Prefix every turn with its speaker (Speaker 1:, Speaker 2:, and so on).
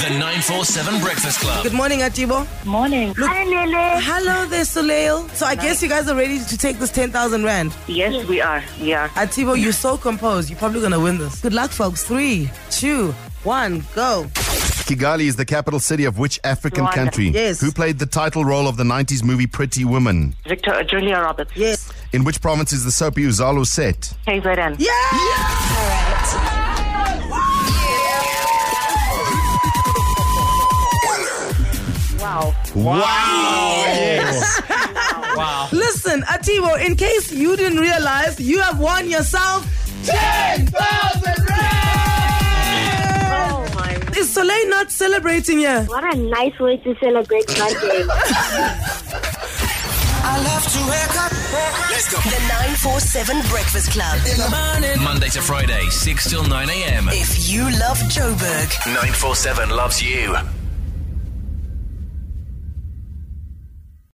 Speaker 1: The 947 Breakfast Club.
Speaker 2: Good morning, Atibo.
Speaker 3: Morning.
Speaker 2: Look-
Speaker 4: Hi, Lele.
Speaker 2: Hello there, Suleil. So I guess you guys are ready to take this 10,000 Rand.
Speaker 3: Yes, we are. We are.
Speaker 2: Atibo, you're so composed. You're probably going to win this. Good luck, folks. Three, two, one, go.
Speaker 5: Kigali is the capital city of which African
Speaker 3: Rwanda.
Speaker 5: country?
Speaker 2: Yes.
Speaker 5: Who played the title role of the 90s movie Pretty Women?
Speaker 3: Victor Julia Roberts.
Speaker 2: Yes.
Speaker 5: In which province is the soapy Uzalo set?
Speaker 3: KZN.
Speaker 2: Yeah!
Speaker 3: Wow.
Speaker 5: Wow!
Speaker 2: Listen, Atibo, in case you didn't realize, you have won yourself.
Speaker 3: Oh my.
Speaker 2: Is Soleil not celebrating here?
Speaker 4: What a nice way to celebrate my day.
Speaker 6: I love to wake up. Let's go. The 947 Breakfast Club.
Speaker 1: Monday to Friday, 6 till 9 a.m.
Speaker 6: If you love Joburg,
Speaker 1: 947 loves you.